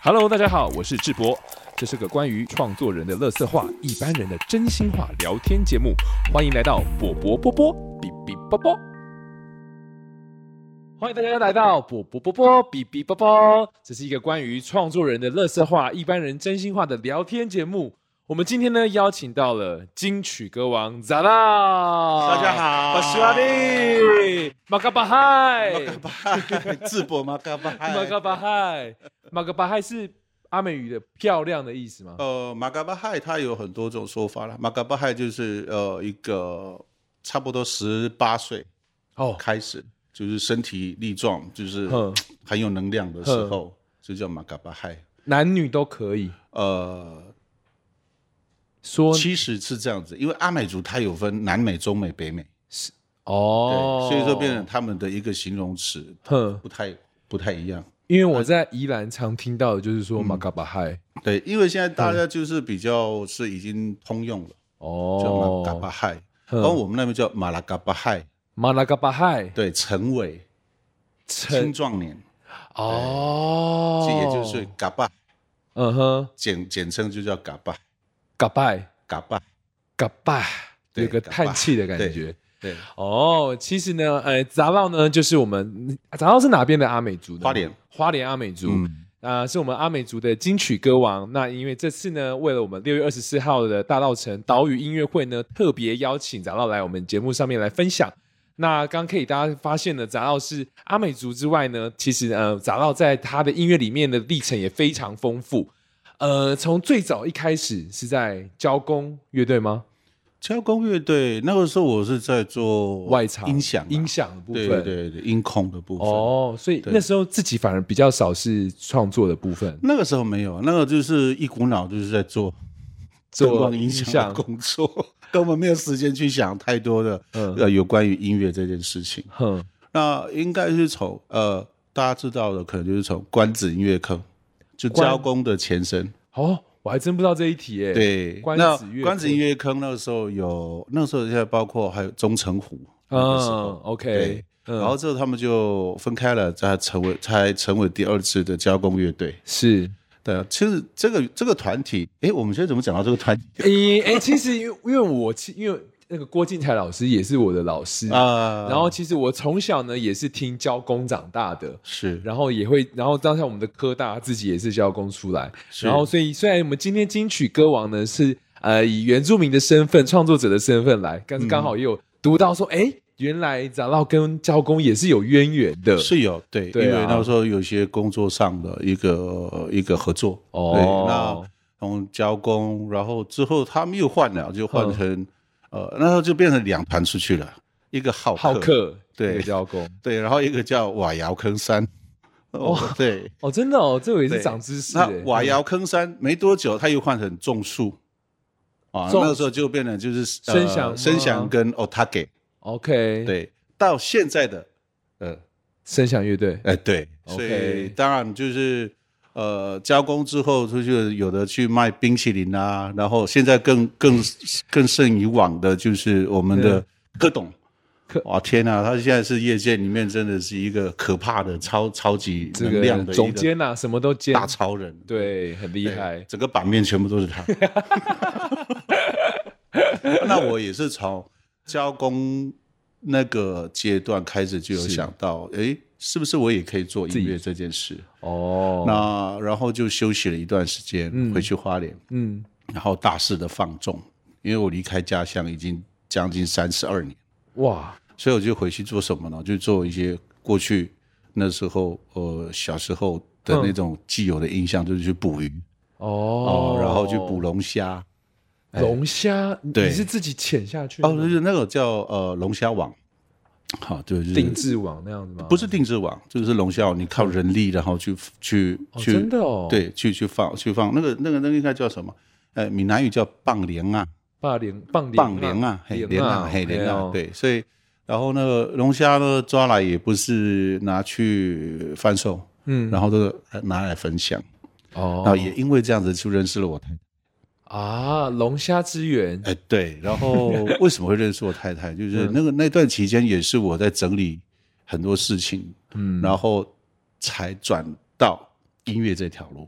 Hello，大家好，我是智博，这是个关于创作人的乐色话、一般人的真心话聊天节目，欢迎来到波波波波比比波波。欢迎大家来到波波波波比比波波，这是一个关于创作人的乐色话、一般人真心话的聊天节目。我们今天呢，邀请到了金曲歌王 Zara，大大家好，我是阿力，马嘎巴嗨，马嘎巴 嗨，智博马嘎巴嗨，马嘎巴嗨，马嘎巴嗨是阿美语的漂亮的意思吗？呃，马嘎巴嗨，它有很多种说法了。马嘎巴嗨就是呃一个差不多十八岁哦，开始，就是身体力壮，就是哼很有能量的时候，就叫马嘎巴嗨。男女都可以呃，说其实是这样子，因为阿美族它有分南美、中美、北美，对，哦，所以说变成他们的一个形容词，哼，不太不太一样。因为我在宜兰常听到的就是嗯说马嘎巴嗨对，因为现在大家就是比较是已经通用了。叫马嘎巴哦，亥，嗯然后我们那边叫马拉嘎巴亥，马拉嘎巴嗨对，成为青成壮年，哦这，也就是嘎巴，嗯哼简简称就叫嘎巴，嘎拜嘎巴，嘎拜，对有个嘎巴叹气的感对觉。对，哦，其实呢，呃，杂报呢，就是我们杂报是哪边的阿美族的？花莲，花莲阿美族。嗯，啊、是我们阿美族的金曲歌王。那因为这次呢，为了我们六月二十四号的大稻城岛屿音乐会呢，特别邀请杂道来我们节目上面来分享。那刚可以大家发现呢，杂道是阿美族之外呢，其实呃，杂道在他的音乐里面的历程也非常丰富。呃，从最早一开始是在交工乐队哦吗？交工乐队那个时候我是在做外场音响啊，音响的部分，对对对对，音控的部分。哦，所以那时候自己反而比较少是创作的部分，那个时候没有，那个就是一股脑就是在做灯做光音响的工作， 根本没有时间去想太多的嗯呃有关于音乐这件事情。哼，那应该是从呃，大家知道的可能就是从关子音乐坑，就关交工的前身。哦，我还真不知道这一题耶。，对，关那子乐坑关子音乐坑那个时候有，那时候现在包括还有中城湖那个时嗯候， ，OK，对嗯然后之后他们就分开了，才成为才成为第二支的交工乐队。是，对啊，其实这个这个团体，诶，我们现在怎么讲到这个团体诶、诶，其实因为因为我其因为那个郭靖才老师也是我的老师，啊？然后其实我从小呢也是听教工长大的。是然后也会，然后当下我们的科大自己也是教工出来，是然后所以虽然我们今天金曲歌王呢是呃以原住民的身份、创作者的身份来，嗯但是刚好也有读到说，诶，原来长老跟教工也是有渊源的，是有对，对啊因为那时候有些工作上的一个一个合作，哦对，那从交工，然后之后他们又换了，就换嗯成、呃，那时候就变成两团出去了，一个浩克，好客对一个教工对，然后一个叫瓦窑坑山，哦，对， 哦，真的哦，这我也是欸对长知识那耶，瓦窑坑山没多久，他又换成种树。啊，种那个时候就变成就是呃声响吗声响跟 otake， OK，，对，到现在的呃声响乐队，哎，对， OK 所以当然就是呃，加工之后，就是有的去卖冰淇淋啊，然后现在更 更更胜以往的，就是我们的柯董。柯哇天啊，他现在是业界里面真的是一个可怕的超超级这能量个的总一个监呐，什么都兼，大超人，对，很厉对害，整个版面全部都是他。 那我也是从交工那个阶段开始就有想到，诶，是不是我也可以做音乐这件事？哦，那然后就休息了一段时间，回去花莲，嗯，然后大肆的放纵，因为我离开家乡已经将近三十二年，哇，所以我就回去做什么呢？就做一些过去那时候呃小时候的嗯那种既有的印象，就是去捕鱼哦哎哦，，然后去捕龙虾龙虾，你对你是自己潜下去的哦，吗，就是那个叫呃龙虾网，好、就是定制网那样子吗？不是定制网，就是龙虾网，你靠人力然后去去哦，去、真的哦，，对，去去放去放那个那个那个应该叫什么？呃，闽南语叫棒莲啊，棒连棒棒连莲啊，嘿莲啊，嘿莲啊，，嘿哦对，所以然后那个龙虾呢抓来也不是拿去贩售，嗯，然后都是拿来分享，然后哦，也因为这样子就认识了我太太。啊，龙虾之源，哎，对，然 后为什么会认识我太太？嗯就是那个那段期间也是我在整理很多事情，嗯，然后才转到音乐这条路。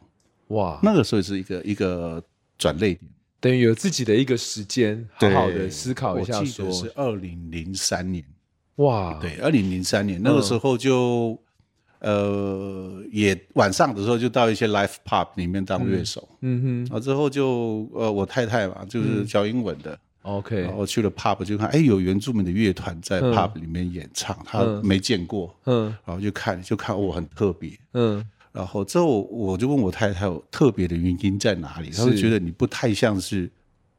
哇，那个时候是一个一个转类点。等于有自己的一个时间，好好的对思考一下我记说得，是啊二零零三年，哇，对，二零零三年那个时候就、呃，也晚上的时候就到一些 live pub 里面当乐手，嗯哼啊、之后就呃，我太太嘛就是教英文的。 ，OK，然后去了 pub 就看，哎，有原住民的乐团在嗯 pub 里面演唱，她嗯没见过，嗯然后就看，就看我很特别。嗯，然后之后我就问我太太，我特别的原因在哪里？她是就觉得你不太像是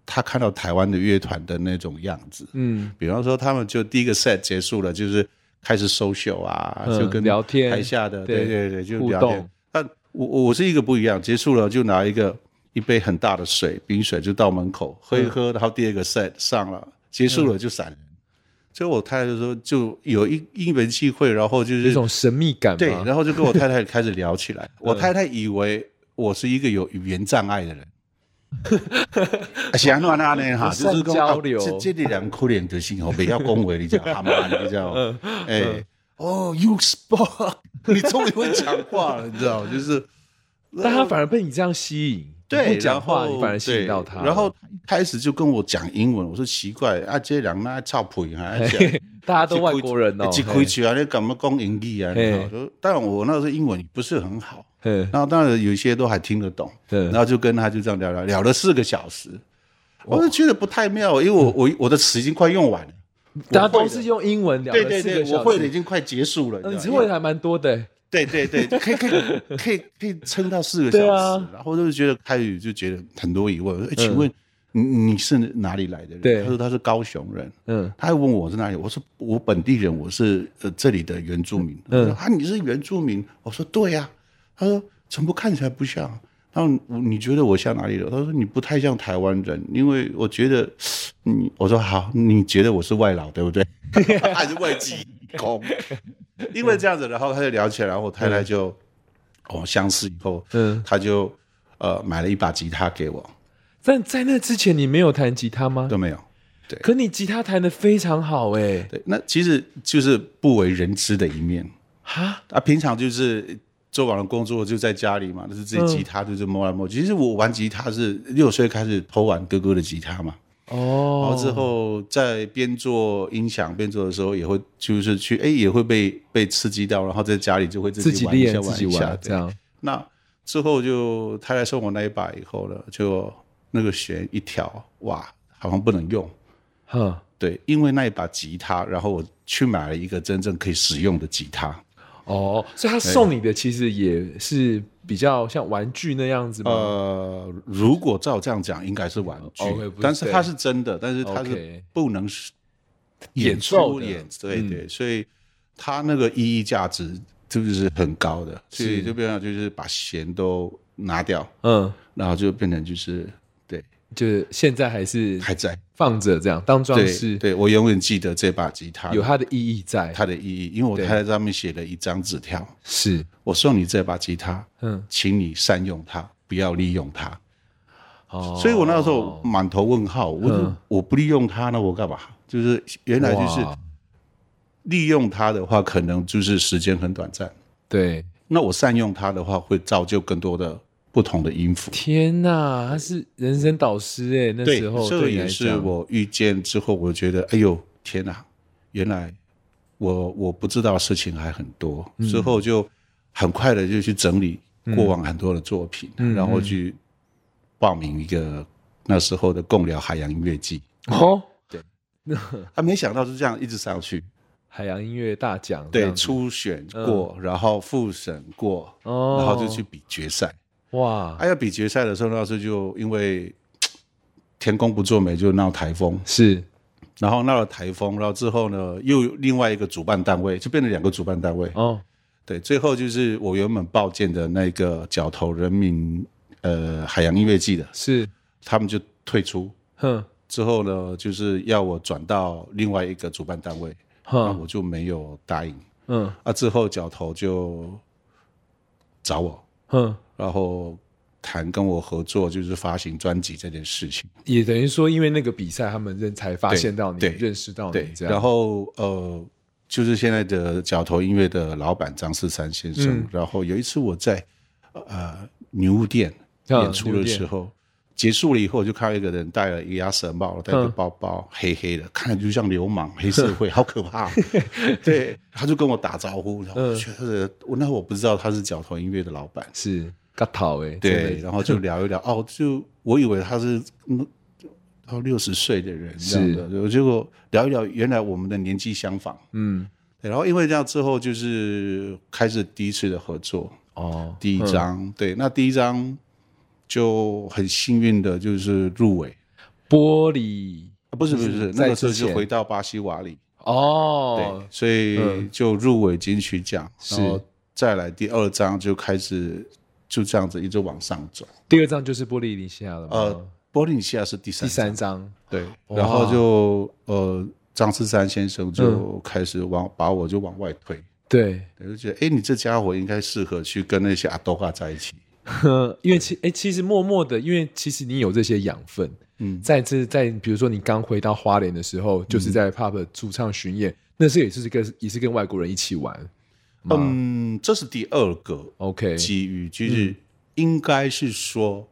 她看到台湾的乐团的那种样子。嗯，比方说，他们就第一个 set 结束了，就是开始 social 啊，嗯就跟聊天台下的对对对对，就互聊动天。但我我是一个不一样，结束了就拿一个一杯很大的水，冰水就到门口喝一喝，然后第二个 set 上了，结束嗯了就闪人。所以我太太就说，就有一因缘际会，然后就是有一种神秘感嘛，对，然后就跟我太太开始聊 起来。我太太以为我是一个有语言障碍的 人，想乱那呢哈，不就善是说交流啊这这里人可怜的心哦，不要恭维你这样，哈嘛你知道 嗯吗？哎，哦，you spoke，你 终于会讲话了，你知道吗，就是。但他反而被你这样吸引，你对，不讲话然后你反而吸引到他，对然后他一开始就跟我讲英文，我说奇怪，啊，这人那臭屁啊，讲 嘿大家都外国人哦，一开嘿起来你干嘛讲英语啊？嘿你知道当然我那时候英文也不是很好，嘿然后当然有一些都还听得懂，对然后就跟他就这样聊聊，聊了四个小时，我就觉得不太妙，因为我我我的词已经快用完了，大家我会都的是用英文聊了对对四个对，小时我会的已经快结束了，嗯你知是道吗会的还蛮多的，对对对， 可以可以可以可以撑到四个小对时，啊然后就是觉得开始就觉得很多疑问，我说嗯诶请问你你是哪里来的人？对他说他是高雄人。嗯，他还问我是哪里，我说我本地人，我是呃这里的原住民。嗯嗯，啊，你是原住民？我说对呀、他说怎么看起来不像？然后我你觉得我像哪里人？他说你不太像台湾人，因为我觉得你，我说好，你觉得我是外劳对不对？还是外籍工？因为这样子，然后他就聊起来，然后我太太就、哦相识以后，嗯嗯，他就呃买了一把吉他给我，但在那之前你没有弹吉他吗？都没有。对可你吉他弹的非常好哎，对，那其实就是不为人知的一面。哈，啊，平常就是做完了工作就在家里嘛，就是自嗯己吉他就是摸来摸去。其实我玩吉他是六岁开始偷玩哥哥的吉他嘛，然哦后，之后在边做音响边做的时候，也会就是去哎也会被被刺激到，然后在家里就会自自己己玩一下练自玩己一下玩这。样，对那之后就他来送我那一把以后呢，就那个弦一调，哇，好像不能用。哼，对，因为那一把吉他，然后我去买了一个真正可以使用的吉他。哦，所以他送你的其实也是比较像玩具那样子吗？呃，如果照这样讲，应该是玩具 OK，不是哦但是它是真的，但是它 OK 是不能是演奏出的嗯演，对对，所以它那个意义价值就是很高的，所以是就变成就是把弦都拿掉，嗯，然后就变成就是对就是现在还是还在，放着这样当装对饰，对，我永远记得这把吉他有它的意义在，它的意义，因为我对太太上面写了一张纸条，是，我送你这把吉他，嗯，请你善用它，不要利用它。哦，所以我那时候满头问号，我就、嗯我不利用它，那我干嘛？就是原来就是哇利用它的话，可能就是时间很短暂；对，那我善用它的话，会造就更多的不同的音符。天呐，他是人生导师哎，那对时候，这个对你也来是讲我遇见之后，我觉得，哎呦天哪、原来我我不知道的事情还很多。嗯之后就很快的就去整理过往很多的作品，嗯然后去报名一个那时候的共聊海洋音乐季。哦，他啊没想到是这样一直上去，海洋音乐大奖哦这对，样子嗯初选过，然后复审过，哦然后就去比决赛。哇，哎、要比决赛的时候，那时候就因为天公不作美，就闹台风，是然后闹了台风，然后之后呢，又有另外一个主办单位就变成两个主办单位。哦，对，最后就是我原本报建的那个角头人民呃海洋音乐季的，是，他们就退出。哼之后呢，就是要我转到另外一个主办单位，那哼，我就没有答应。嗯啊，之后角头就找我，哼，然后谈跟我合作，就是发行专辑这件事情。也等于说，因为那个比赛，他们认才发对现到你，对认识到对你，这样，然后呃，就是现在的角头音乐的老板张四三先生。嗯然后有一次我在呃女巫店啊演出的时候，结束了以后，我就看到一个人戴了一个鸭舌帽，戴个包包，黑黑的，看着就像流氓、黑社会，好可 怕。对，他就跟我打招呼，然后我觉得我那会我不知道他是角头音乐的老板，是嘎讨哎，对，真的然后就聊一聊，哦，就我以为他是嗯到六十岁的人这样的，就结果聊一聊，原来我们的年纪相仿。嗯对然后因为这样之后，就是开始第一次的合作，哦第一张，对，那第一张就很幸运的就是入围，玻璃啊不是不是不就是是，在那个时候之前就回到巴西瓦里，哦嗯对，，所以就入围金曲奖，是然后再来第二张就开始就这样子一直往上走，第二张就是玻璃林西亚了嘛，呃，波利尼西亚是第哦第三三张，张对，哇然后就呃张志山先生嗯就开始往把我就往外推。对，对就觉得，哎，你这家伙应该适合去跟那些阿多嘎在一起。呵因为其哎、其实默默的，因为其实你有这些养分，嗯，在这在比如说你刚回到花莲的时候，就是在 pub 驻唱巡演，那时候也是跟也是跟外国人一起玩吗、嗯，这是第二个 o k 机遇，就是嗯应该是说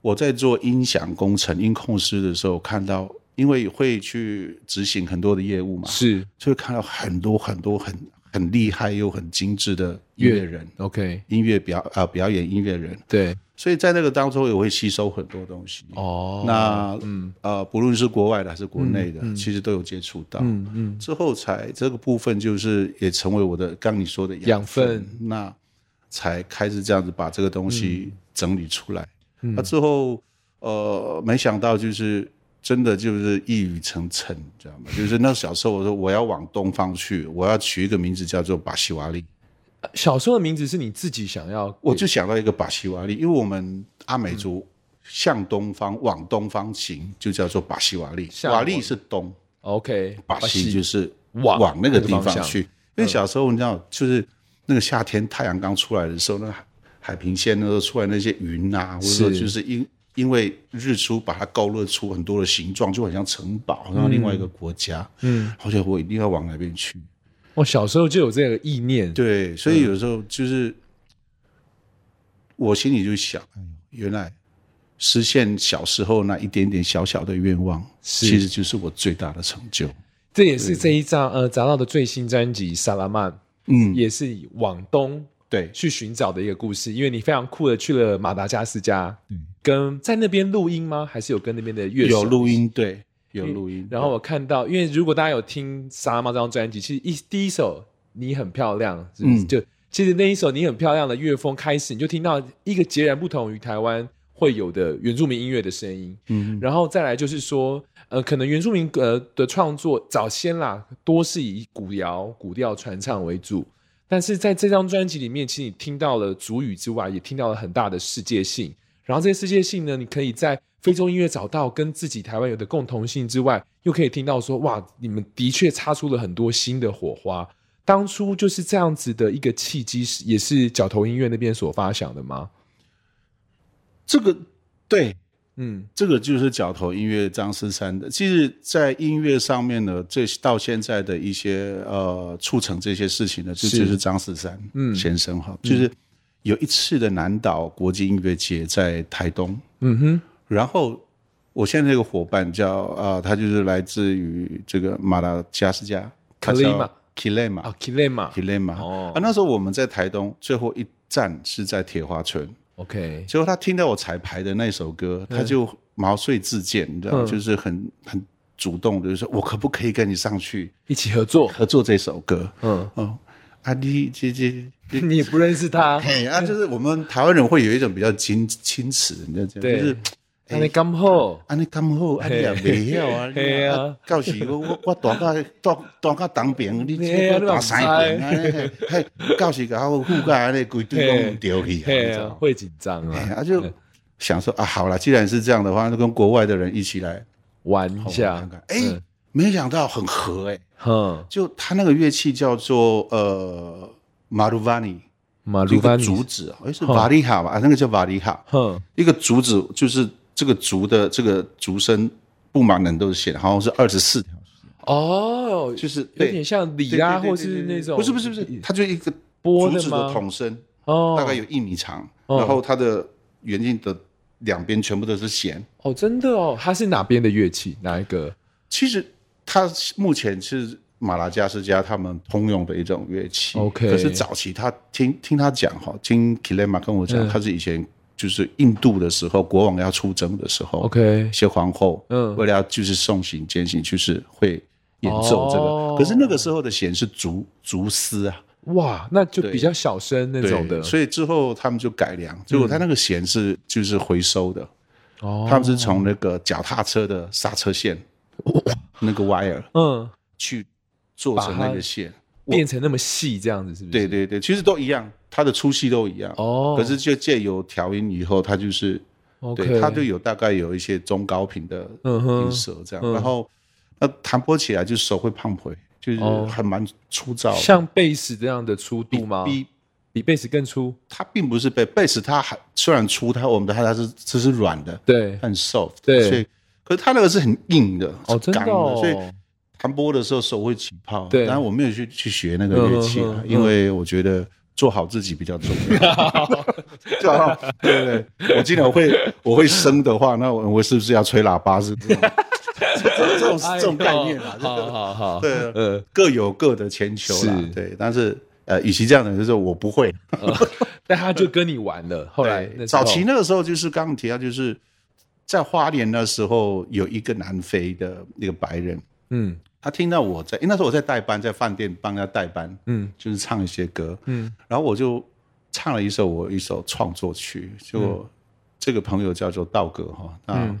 我在做音响工程、音控师的时候，看到因为会去执行很多的业务嘛，是就会看到很多很多很很厉害又很精致嗯的音乐人、 OK，音乐表啊、表演音乐人，对，所以在那个当中也会吸收很多东西。哦，那呃，不论是国外的还是国内的，其实都有接触到。嗯嗯，之后才这个部分就是也成为我的刚你说的养分，分那才开始这样子把这个东西嗯整理出来。那、之后呃，没想到就是真的就是一语成谶，你知道吗？就是那小时候我说我要往东方去，我要取一个名字叫做巴西瓦利，小时候的名字是你自己想要，我就想到一个巴西瓦利，因为我们阿美嗯族向东方往东方行，就叫做巴西瓦利，向往瓦利是东。 OK，把戏就是往往那个地那个方方向嗯去。因为小时候你知道，就是那个夏天太阳刚出来的时候，那海海平线那时候出来那些云啊，或者说是就是因因为日出把它勾勒出很多的形状，就很像城堡，然后另外一个国家。嗯，而且我一定要往那边去。我小时候就有这个意念，对，所以嗯有时候就是、我心里就想，哎呦原来实现小时候那一点点小小的愿望，是其实就是我最大的成就。这也是这一张呃杂到的最新专辑《萨拉曼》，嗯，也是以往东对，去寻找的一个故事，因为你非常酷的去了马达加斯加，跟在那边录音吗？还是有跟那边的乐手嗯有录音，对，有录音。然后我看到，因为如果大家有听《沙妈》这张专辑，其实一第一首你很漂亮，是不是嗯就其实那一首你很漂亮的乐风开始，你就听到一个截然不同于台湾会有的原住民音乐的声音。嗯，然后再来就是说，呃，可能原住民呃的创作早先啦，多是以古谣、古调传唱为主，但是在这张专辑里面，其实你听到了主语之外，也听到了很大的世界性。然后这些世界性呢，你可以在非洲音乐找到跟自己台湾有的共同性之外，又可以听到说，哇，你们的确擦出了很多新的火花。当初就是这样子的一个契机，是也是角头音乐那边所发想的吗？这个对，嗯，这个就是角头音乐张思山的。其实，在音乐上面呢，这到现在的一些呃促成这些事情呢，就是就是张思山嗯先生哈，就是有一次的南岛国际音乐节在台东，嗯哼，然后。我现在这个伙伴叫啊、呃他就是来自于这个马达加斯加 Kilima k i l e m a 啊 k i l e m a k i l e m a 哦啊，那时候我们在台东最后一站是在铁花村， o k 结果他听到我彩排的那首歌，他就毛遂自荐，你知道吗，嗯就是很很主动的，就是说我可不可以跟你上去一起合作，合作这首歌？嗯，哦，阿弟姐姐， 你也不认识他，嘿啊，就是我们台湾人会有一种比较矜矜持，你知道吗，对就是那你刚好，啊，你咁好，啊你也未 晓啊，嘿你啊啊，到时我我我大家大大家当兵，你嘿啊你这嘛个打唔知三兵啊，嘿嘿，到时搞我副家安尼规堆拢唔掉去啊，你嘿知道啊，吗会紧张哎啊，呀，就想说啊，好了，既然是这样的话，那跟国外的人一起来玩一我下看看，哎、嗯没想到很合哎、哼，就他那个乐器叫做呃马鲁瓦尼，马就鲁一班个尼竹子，哎、哦是瓦里卡吧？啊，那个叫瓦里卡，哼，一个竹子就是这个竹的这个竹身布满很多的线，好像是二十四条，哦，就是有对点像对李对啊，对或对对是对那种不是不是不是，它就一个波竹的子吗的筒身，哦，大概有一米长，哦然后它的圆镜的两边全部都是弦。哦，真的哦，它是哪边的乐器？哪一个？其实它目前是马拉加斯加他们通用的一种乐器。 OK 可是早期他听听他讲哈，听 Kilema 跟我讲，嗯他是以前就是印度的时候，国王要出征的时候 OK 一些皇后，嗯为了要就是送行监行，就是会演奏这个。哦可是那个时候的弦是竹竹丝啊，哇，那就对比较小声那对种的。嗯所以之后他们就改良，结果他那个弦是就是回收的，哦，他们是从那个脚踏车的刹车线，哦那个 wire 嗯，去做成那个线。变成那么细这样子，是不是？对对对，其实都一样，它的粗细都一样。哦可是就借由调音以后，它就是对， ，OK，它就有大概有一些中高频的嗯哼音色这样。嗯然后那弹拨起来就手会胖回，就是哦还蛮粗糙的。像啊贝斯这样的粗度吗？比比贝斯更粗？它并不是贝贝斯，它还虽然粗，它我们的它它是这是软的，对，很 soft，对所以可是它那个是很硬的，哦，是真刚的哦，所以弹拨的时候手会起泡。啊对当然我没有去去学那个乐器嗯啊嗯，嗯因为我觉得做好自己比较重要。就好 像对对对，我今天我会我会生的话，那我我是不是要吹喇叭？是不是这种这种概念啊哎？这呦好个好好，对，呃，各有各的千秋啦是。对，但是呃，与其这样的，就是我不会。但他就跟你玩了。后来对那时候早期那个时候就是刚刚提到，就是在花莲那时候有一个南非的那个白人，嗯他听到我在，因为那时候我在代班，在饭店帮他代班，嗯就是唱一些歌，嗯，然后我就唱了一首我一首创作曲，就、嗯这个朋友叫做道哥哈，那、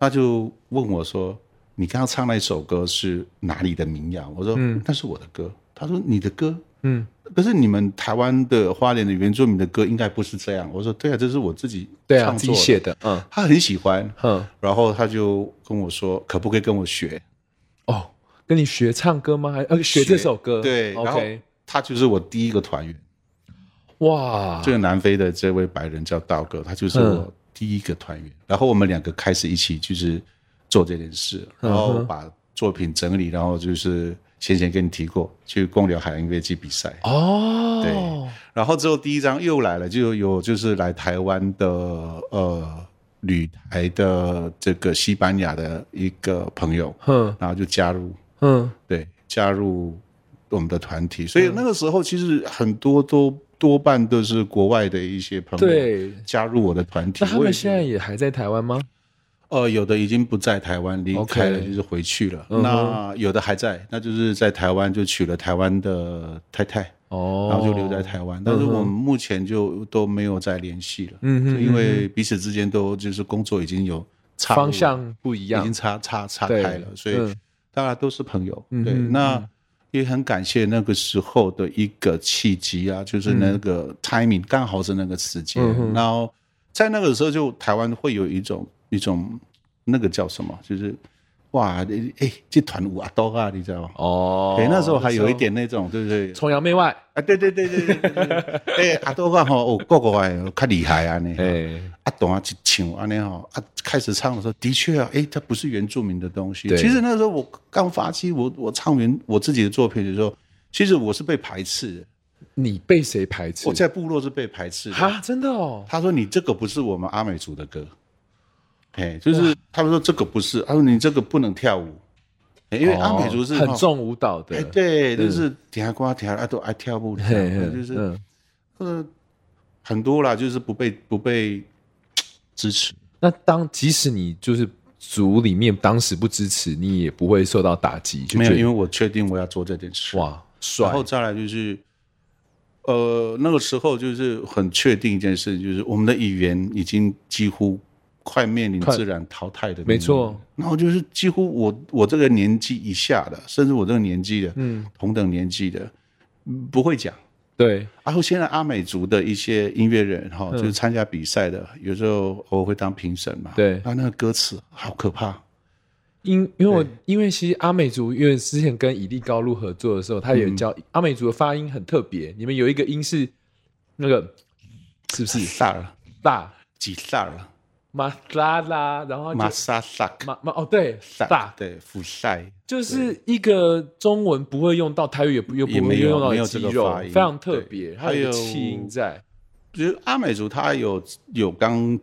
他就问我说：“你刚刚唱那一首歌是哪里的民谣？”我说：“那是我的歌。”他说：“你的歌嗯，可是你们台湾的花莲的原住民的歌应该不是这样。我说对啊，这是我自己对啊，创自作己的嗯写的，嗯他很喜欢，哼，然后他就跟我说可不可以跟我学？哦，跟你学唱歌吗？还呃学这首歌？对，然后，OK，他就是我第一个团员，哇，这个南非的这位白人叫道哥，他就是嗯我第一个团员。然后我们两个开始一起就是做这件事，然嗯后把作品整理，然后就是先前跟你提过去公寮海洋音乐季比赛。哦，对然后之后第一张又来了，就有就是来台湾的呃旅台的这个西班牙的一个朋友，哼然后就加入，哼，对，加入我们的团嗯体。所以那个时候其实很多都多半都是国外的一些朋友对。加入我的团体那。他我也们是现在也还在台湾吗？呃，有的已经不在台湾离开了 OK 就是回去了。嗯哼那有的还在，那就是在台湾就娶了台湾的太太。哦，然后就留在台湾。但是我们目前就都没有再联系了，嗯哼就因为彼此之间都就是工作已经有岔路了方向不一已样经，岔岔岔对开了，所以嗯大家都是朋友。嗯对，嗯那也很感谢那个时候的一个契机啊，就是那个 timing 刚好是那个时间嗯，哼然后在那个时候就台湾会有一种一种那个叫什么，就是。哇，哎、哎这团舞啊，都啊，你知道吗？哦，对，那时候还有一点那种，对不对？崇洋媚外，啊，对对对对对对对， 哎，阿多啊吼，哦，各国诶较厉害啊呢，哎，啊，懂啊，一唱安尼吼，啊，开始唱的时候，的确啊，哎，它不是原住民的东西。对其实那时候我刚发起我我唱原我自己的作品的时候，其实我是被排斥的，你被谁排斥我？在部落是被排斥的。哈，真的哦，他说你这个不是我们阿美族的歌，哎，就是他们说这个不是，他说你这个不能跳舞，哎因为阿美族是哦很吼。重舞蹈的哎，，对，就是听歌听啊，都爱跳舞，这嘿样嘿就是嗯呃，很多啦，就是不被不被支持。那当即使你就是组里面当时不支持，你也不会受到打击，就没觉有，得因为我确定我要做这件事。哇帅然，后再来就是，呃，那个时候就是很确定一件事，就是我们的语言已经几乎快面临快自然淘汰的。没错。然后就是几乎我我这个年纪以下的，甚至我这个年纪的，嗯，同等年纪的，嗯不会讲。对，然后现在阿美族的一些音乐人哈，嗯就是参加比赛的，有时候我会当评审嘛。对啊，那个歌词好可怕。因因为我因为其实阿美族，因为之前跟以利高路合作的时候，他嗯也教、阿美族的发音很特别，你们有一个音是那个是不是是萨尔，大吉萨尔，马拉拉，然后就马萨萨克马马哦对萨大，对，福塞，就是一个中文不会用到，台语也不又不也会没有用到没的有肌这个肉，发非音常特对别，它还有一个有气音在。觉得阿美族它有有刚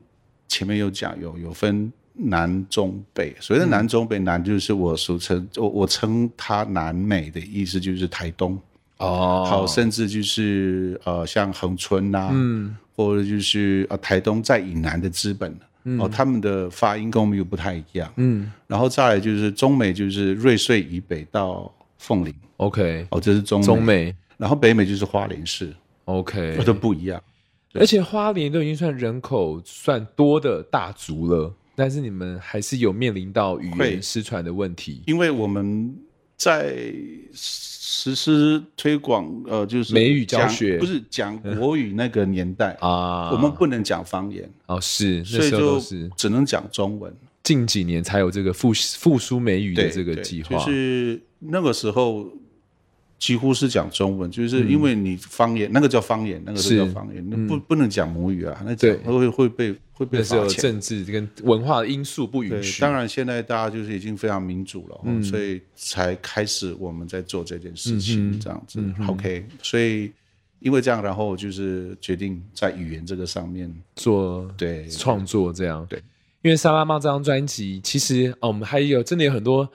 前面有讲有有分南中北，所谓嗯的南中北，南就是我俗称我我称它南美的意思就是台东，哦好，甚至就是呃像恒春呐、嗯或者就是呃台东在以南的资本，哦他们的发音跟我们又不太一样，嗯然后再来就是中美就是瑞穗以北到凤林， ，OK，哦这是中中美然后北美就是花莲市，哦 OK，都不一样。而且花莲都已经算人口算多的大族了，但是你们还是有面临到语言会失传的问题，因为我们在实施推广，呃，就是美语教讲学不是讲国语那个年代， 啊，我们不能讲方言，哦是，那所以时候就都是只能讲中文。近几年才有这个复复苏美语的对，这个计划，对就是那个时候几乎是讲中文，就是因为你方言，那个叫方言，那个嗯是嗯是叫方言，那不不能讲母语啊，那对讲会会被会被那是罚有钱。政治跟文化的因素不对允，许。嗯当然现在大家就是已经非常民主了哦，所以才开始我们在做这件事嗯情，这样子。OK，所以因为这样，然后就是决定在语言这个上面，做对，创作这样。对，因为莎拉妈这张专辑，其实哦我们、还有真的有很多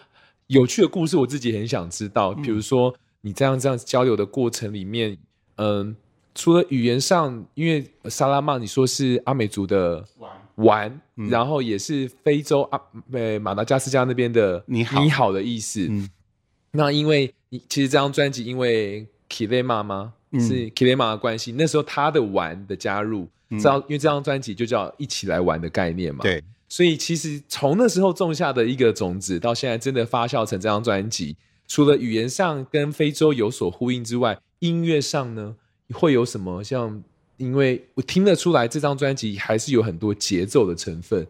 有趣的故事，我自己很想知嗯道。比如说你这样这样交流的过程里面，嗯，除了语言上，因为莎拉妈你说是阿美族的玩，嗯然后也是非洲阿呃马达加斯加那边的你好你好的意思。嗯那因为你其实这张专辑因为 Kilema 吗？嗯是 Kilema 的关系，那时候他的玩的加入，嗯这张、因为这张专辑就叫一起来玩的概念嘛。，对，所以其实从那时候种下的一个种子，到现在真的发酵成这张专辑，除了语言上跟非洲有所呼应之外，音乐上呢会有什么像？因为我听得出来，这张专辑还是有很多节奏的成分。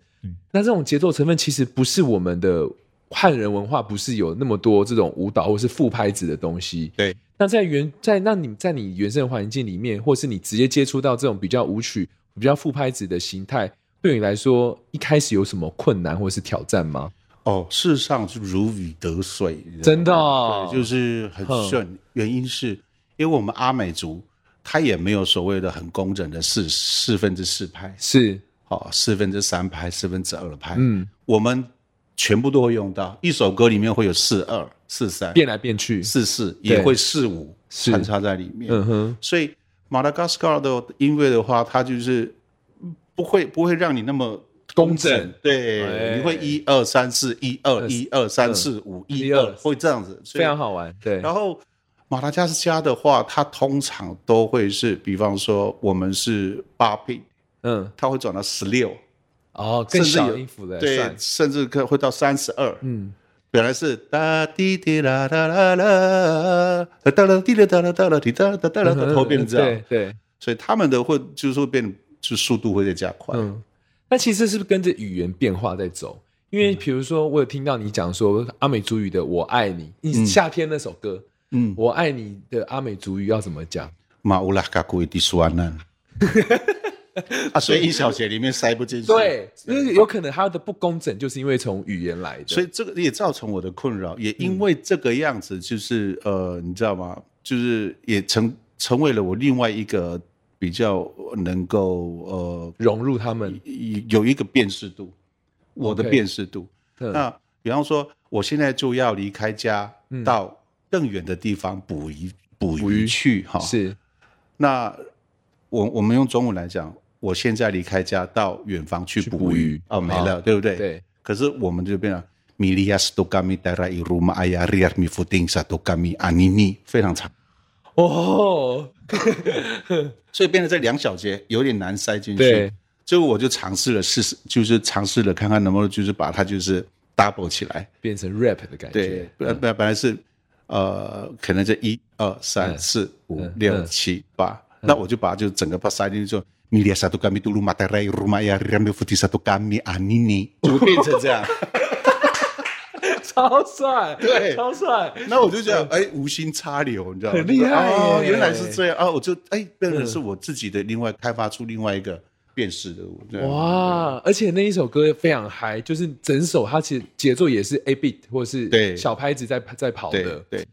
那这种节奏成分其实不是我们的汉人文化，不是有那么多这种舞蹈或是副拍子的东西。对，那在原在那你在你原生环境里面，或是你直接接触到这种比较舞曲、比较副拍子的形态，对你来说一开始有什么困难或是挑战吗？哦，事实上是如鱼得水，你知道吗真的哦对，就是很哼顺。原因是因为我们阿美族，他也没有所谓的很工整的四四分之四拍，是，哦，四分之三拍，四分之二拍，嗯，我们全部都会用到。一首歌里面会有四二、四三、变来变去，四四，对也会四五是穿插在里面。嗯哼，所以马达加斯加的音乐的话，它就是不会不会让你那么工整对，哎你会一二三四一二一二三嗯四五一一二二，会这样子，所以非常好玩。对，然后马达加斯加的话，它通常都会是，比方说我们是八 P，嗯，它会转到十六。哦，更甚至小有音符的，对，算甚至可会到三十二。嗯，本来是哒滴滴啦哒啦啦，哒啦滴啦哒啦哒啦滴哒啦哒啦，嗯头变成这样，对对，所以他们的会就是会变，就速度会在加快。嗯，那其实是不是跟着语言变化在走？因嗯为比如说，我有听到你讲说阿美族语的“我爱你”，你夏天那首歌，嗯我爱你”的阿美族语要怎么讲？马乌拉卡古伊蒂苏安 南，啊，所以一小节里面塞不进去。对，因为有可能它的不工整就是因为从语言来的，所以以这个也造成我的困扰，也因为这个样子，就是、呃，你知道吗？就是也成成为了我另外一个比较能够呃融入他们。有一个辨识度，我的 OK 辨识度。嗯那比方说，我现在就要离开家，嗯到更远的地方捕鱼，捕捕鱼鱼去哈。是那我我们用中文来讲，我现在离开家到远方去去捕捕鱼鱼，哦，没好了，对不对？对。可是我们就变成。米利亚斯多加米达拉伊鲁马阿亚利亚米夫丁萨多加米阿尼尼，非常长，哦，所以变得这两小节有点难塞进对去。最后我就尝试了试试，就是尝试了看看能不能就是把它就是 double 起来。变成 rap 的感对觉，，本本本来是呃，可能就一二三四五嗯六嗯七八，那我就把就整个把塞进去就。米利亚萨多加米杜鲁马达雷鲁马亚里亚米夫提萨多加米阿尼尼，就变成这样。 超帅，对超帅，那我就觉得，哎，无心插柳，你知道吗？很厉害哦，耶嗯原来是这样啊！我就哎，变成是我自己的另外开发出另外一个辨识的我。这样，哇！而且那一首歌非常嗨，就是整首它其实节奏也是 A beat 或对是小拍子在在跑对的，对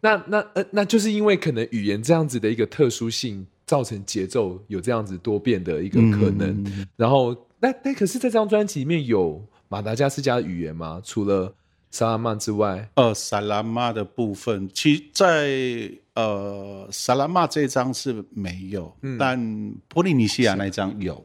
那那呃，那就是因为可能语言这样子的一个特殊性，造成节奏有这样子多变的一个可能。嗯然后，那但可是在这张专辑里面有马达加斯加的语言吗？除了萨拉曼之外，呃，萨拉玛的部分，其实在呃萨拉玛这张是没有，嗯但波利尼西亚那一张有，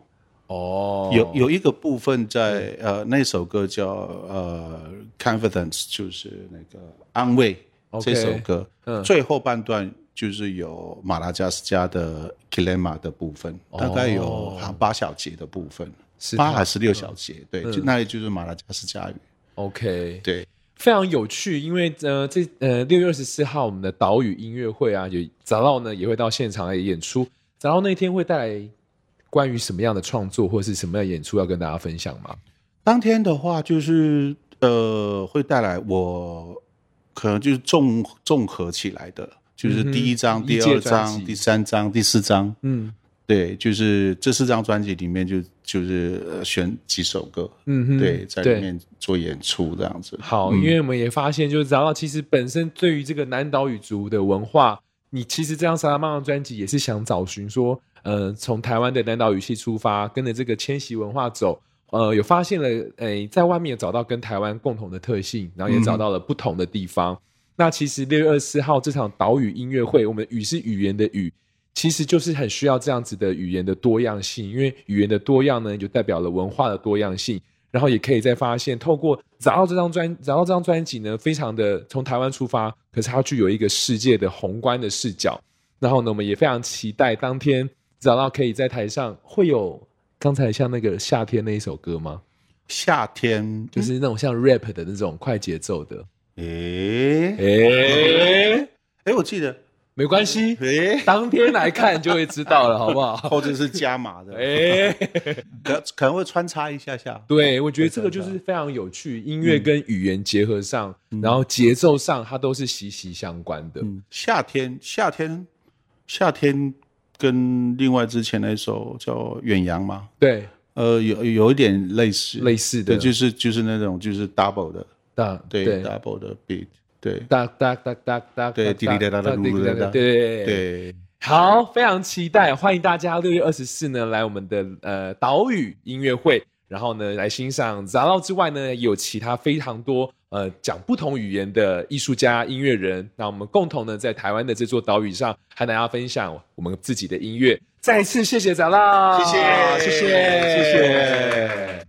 哦，有有一个部分在呃那首歌叫呃 confidence，就是那个安慰 OK，嗯这首歌，最后半段就是有马拉加斯加的 Kilema 的部分，大概有好像八小节的部分，哦是嗯八它还是六小节？对，就那里就是马拉加斯加语， OK，对，非常有趣，因为呃，这呃六月二十四号我们的岛屿音乐会啊，有杂道呢也会到现场来演出。杂道那天会带来关于什么样的创作或是什么样的演出要跟大家分享吗？当天的话，就是呃，会带来我可能就是综综合起来的，就是嗯哼第一章、一第届二专章、辑第三章、第四章，嗯对，就是这四张专辑里面就就是呃选几首歌，嗯哼，对，在里面做演出这样子。嗯好，因为我们也发现，就是杂道其实本身对于这个南岛语族的文化，你其实这张萨拉曼的专辑也是想找寻说，呃，从台湾的南岛语系出发，跟着这个迁徙文化走，呃，有发现了，诶、在外面有找到跟台湾共同的特性，然后也找到了不同的地方。那其实六月二十四号这场岛屿音乐会，我们语是语言的语，其实就是很需要这样子的语言的多样性，因为语言的多样呢，就代表了文化的多样性。然后也可以再发现，透过找到这张专，找到这张专辑呢，非常的从台湾出发，可是它具有一个世界的宏观的视角。然后呢，我们也非常期待当天找到可以在台上会有刚才像那个夏天那一首歌嗯吗？夏天就是那种像 rap 的那种快节奏的。诶诶诶、我记得没关系，诶，当天来看就会知道了，好不好？ 或者是加码的， 诶、可可能会穿插一下下。对，我觉得这个就是非常有趣，音乐跟语言结合上，然后节奏上，它都是息息相关的。嗯，夏天，夏天，夏天跟另外之前那首叫《远洋》吗？对，呃，有有一点类似，类似的对，就是就是那种就是 double 的，大对对 d o u b l e 的 beat，对哒哒哒哒哒，对滴滴答答哒噜噜哒哒哒哒对。对。好，非常期待，欢迎大家六月二十四呢来我们的呃岛屿音乐会，然后呢来欣赏杂道之外呢，也有其他非常多呃讲不同语言的艺术家、音乐人，那我们共同呢在台湾的这座岛屿上，和大家分享我啊们自己的音乐。再次谢谢杂道，谢谢谢谢，谢谢。